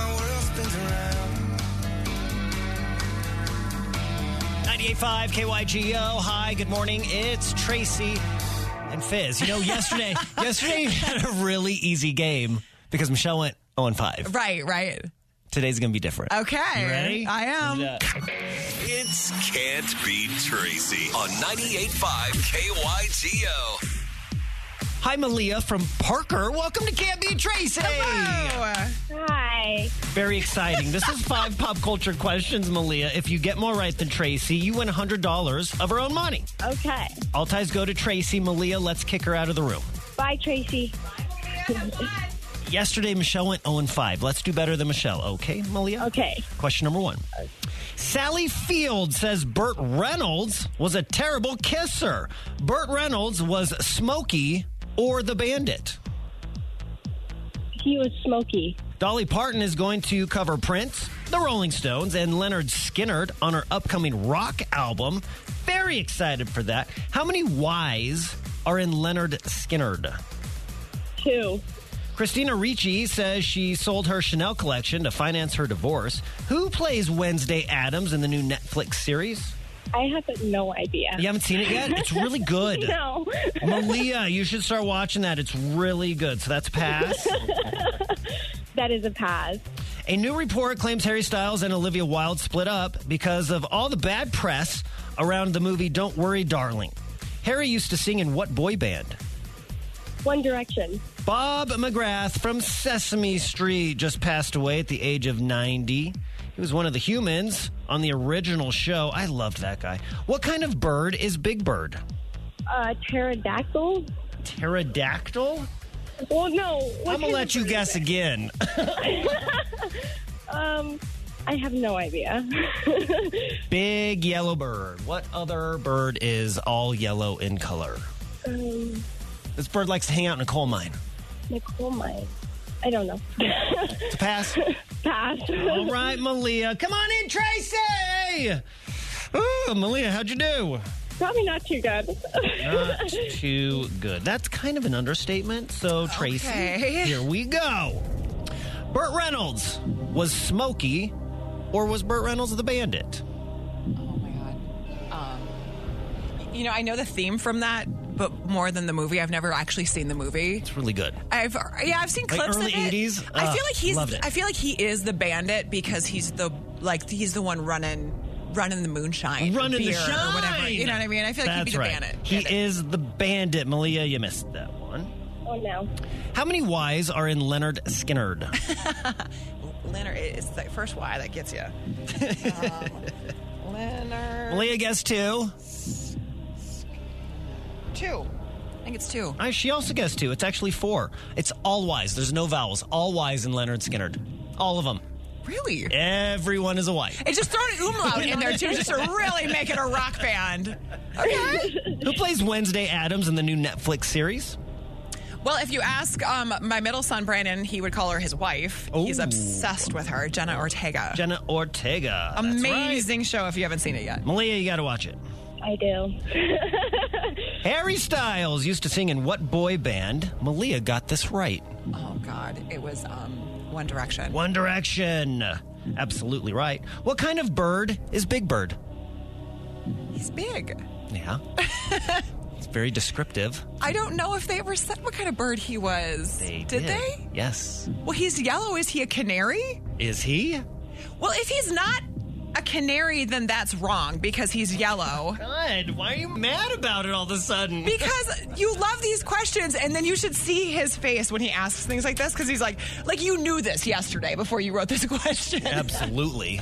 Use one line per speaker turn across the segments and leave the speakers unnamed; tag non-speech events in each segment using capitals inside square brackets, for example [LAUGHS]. nothing's around.
98.5 KYGO. Hi, good morning. It's Tracy and Fizz. You know,
[LAUGHS]
yesterday, yesterday we had a really easy game because Michelle went 0 and 5.
Right, right.
Today's going to be different.
Okay.
You ready?
I am.
Yeah.
It's Can't Beat Tracy on 98.5 KYTO.
Hi, Malia from Parker. Welcome to Can't Be Tracy.
Oh,
Hi.
Very exciting. This is
[LAUGHS]
five pop culture questions, Malia. If you get more right than Tracy, you win $100 of her own money.
Okay.
All ties go to Tracy. Malia, let's kick her out of the room.
Bye, Tracy.
Yesterday, Michelle went 0 and 5. Let's do better than Michelle. Okay, Malia?
Okay.
Question number one. Sally Field says Burt Reynolds was a terrible kisser. Burt Reynolds was Smokey or the Bandit.
He was smoky.
Dolly Parton is going to cover Prince, the Rolling Stones, and Leonard Skinnerd on her upcoming rock album. Very excited for that. How many Y's are in Leonard Skinnerd?
Two.
Christina Ricci says she sold her Chanel collection to finance her divorce. Who plays Wednesday Adams in the new Netflix series?
I have no idea.
You haven't seen it yet? It's really good.
[LAUGHS] No.
Malia, you should start watching that. It's really good. So that's pass.
that is a pass.
A new report claims Harry Styles and Olivia Wilde split up because of all the bad press around the movie Don't Worry, Darling. Harry used to sing in what boy band?
One Direction.
Bob McGrath from Sesame Street just passed away at the age of 90. He was one of the humans on the original show. I loved that guy. What kind of bird is Big Bird?
Uh, pterodactyl.
Pterodactyl?
Well, no. what
I'm going
kind
to
of
let you
bird
guess
is
again. [LAUGHS]
it? Um, I have no idea. [LAUGHS]
Big yellow bird. What other bird is all yellow in color?
um,
This bird likes to hang out in a coal mine.
Nicole Mine. I don't know. [LAUGHS]
It's a pass.
pass.
all right, Malia. Come on in, Tracy! Ooh, Malia, how'd you do?
Probably not too good.
[LAUGHS]
Not too good. That's kind of an understatement. So, Tracy,
Okay. [LAUGHS]
here we go. Burt Reynolds was Smokey, or was Burt Reynolds the bandit?
my God. Um, you know, I know the theme from that, but more than the movie. I've never actually seen the movie.
It's really good.
I've yeah, I've seen
Like
clips
early
of it.
80s?
I feel
Ah,
like he's
loved it.
I feel like he is the bandit because he's the like he's the one running running the moonshine. or
Running the
beer
shine.
or whatever. You know what I mean? I feel like
That's
he'd be the
right.
bandit.
He
bandit.
is the bandit. Malia, you missed that one.
[LAUGHS] oh, no.
How many Y's are in Leonard Skinnerd?
[LAUGHS] Leonard it's the first Y that gets you.
[LAUGHS]
um, Leonard
Malia guessed two.
two. I think it's two.
Uh, she also guessed two. It's actually four. It's all Y's. There's no vowels. All Y's in Leonard Skinnerd. All of them.
Really?
Everyone is a Y.
It's just throwing an umlaut in there too, just to really make it a rock band. Okay.
Who plays Wednesday Adams in the new Netflix series?
Well, if you ask um, my middle son Brandon, he would call her his wife. He's
Ooh.
obsessed with her, Jenna Ortega.
Jenna Ortega. That's right.
Amazing show if you haven't seen it yet.
Malia, you got to watch it.
I do.
Harry Styles used to sing in what boy band? Malia got this right.
Oh God, it was um, One Direction.
One Direction. Absolutely right. What kind of bird is Big Bird?
He's big. [LAUGHS]
Yeah. it's very descriptive.
I don't know if they ever said what kind of bird he was. they?
Yes.
Well, he's yellow. Is he a canary?
Is he?
Well, if he's not a canary, then that's wrong because he's yellow.
God, why are you mad about it all of a sudden?
Because [LAUGHS] you love these questions, and then you should see his face when he asks things like this, because he's like, like you knew this yesterday before you wrote this [LAUGHS] question.
Absolutely.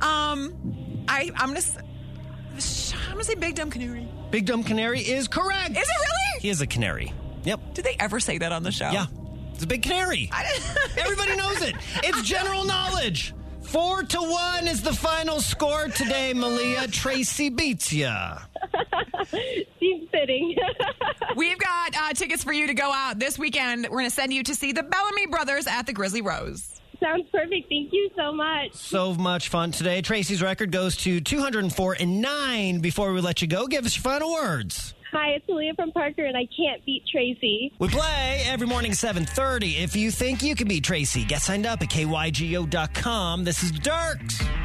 Um, I I'm gonna s- sh- I'm gonna say Big Dumb Canary.
Big Dumb Canary is correct.
Is it
He
really? Oh.
is a canary. Yep.
Did they ever say that on the show?
Yeah. It's a big canary. Everybody knows it. It's general knowledge. Four to one is the final score today, Malia. Tracy beats ya.
Seems fitting.
[LAUGHS] We've got uh, tickets for you to go out this weekend. We're gonna send you to see the Bellamy Brothers at the Grizzly Rose.
[LAUGHS] Sounds perfect. Thank you so much.
So much fun today. Tracy's record goes to 204 and 9. Before we let you go, give us your final words.
Hi, it's Aaliyah from Parker, and I can't beat Tracy.
We play every morning 7:30. If you think you can be Tracy, get signed up at kygo.com. This is Dirks.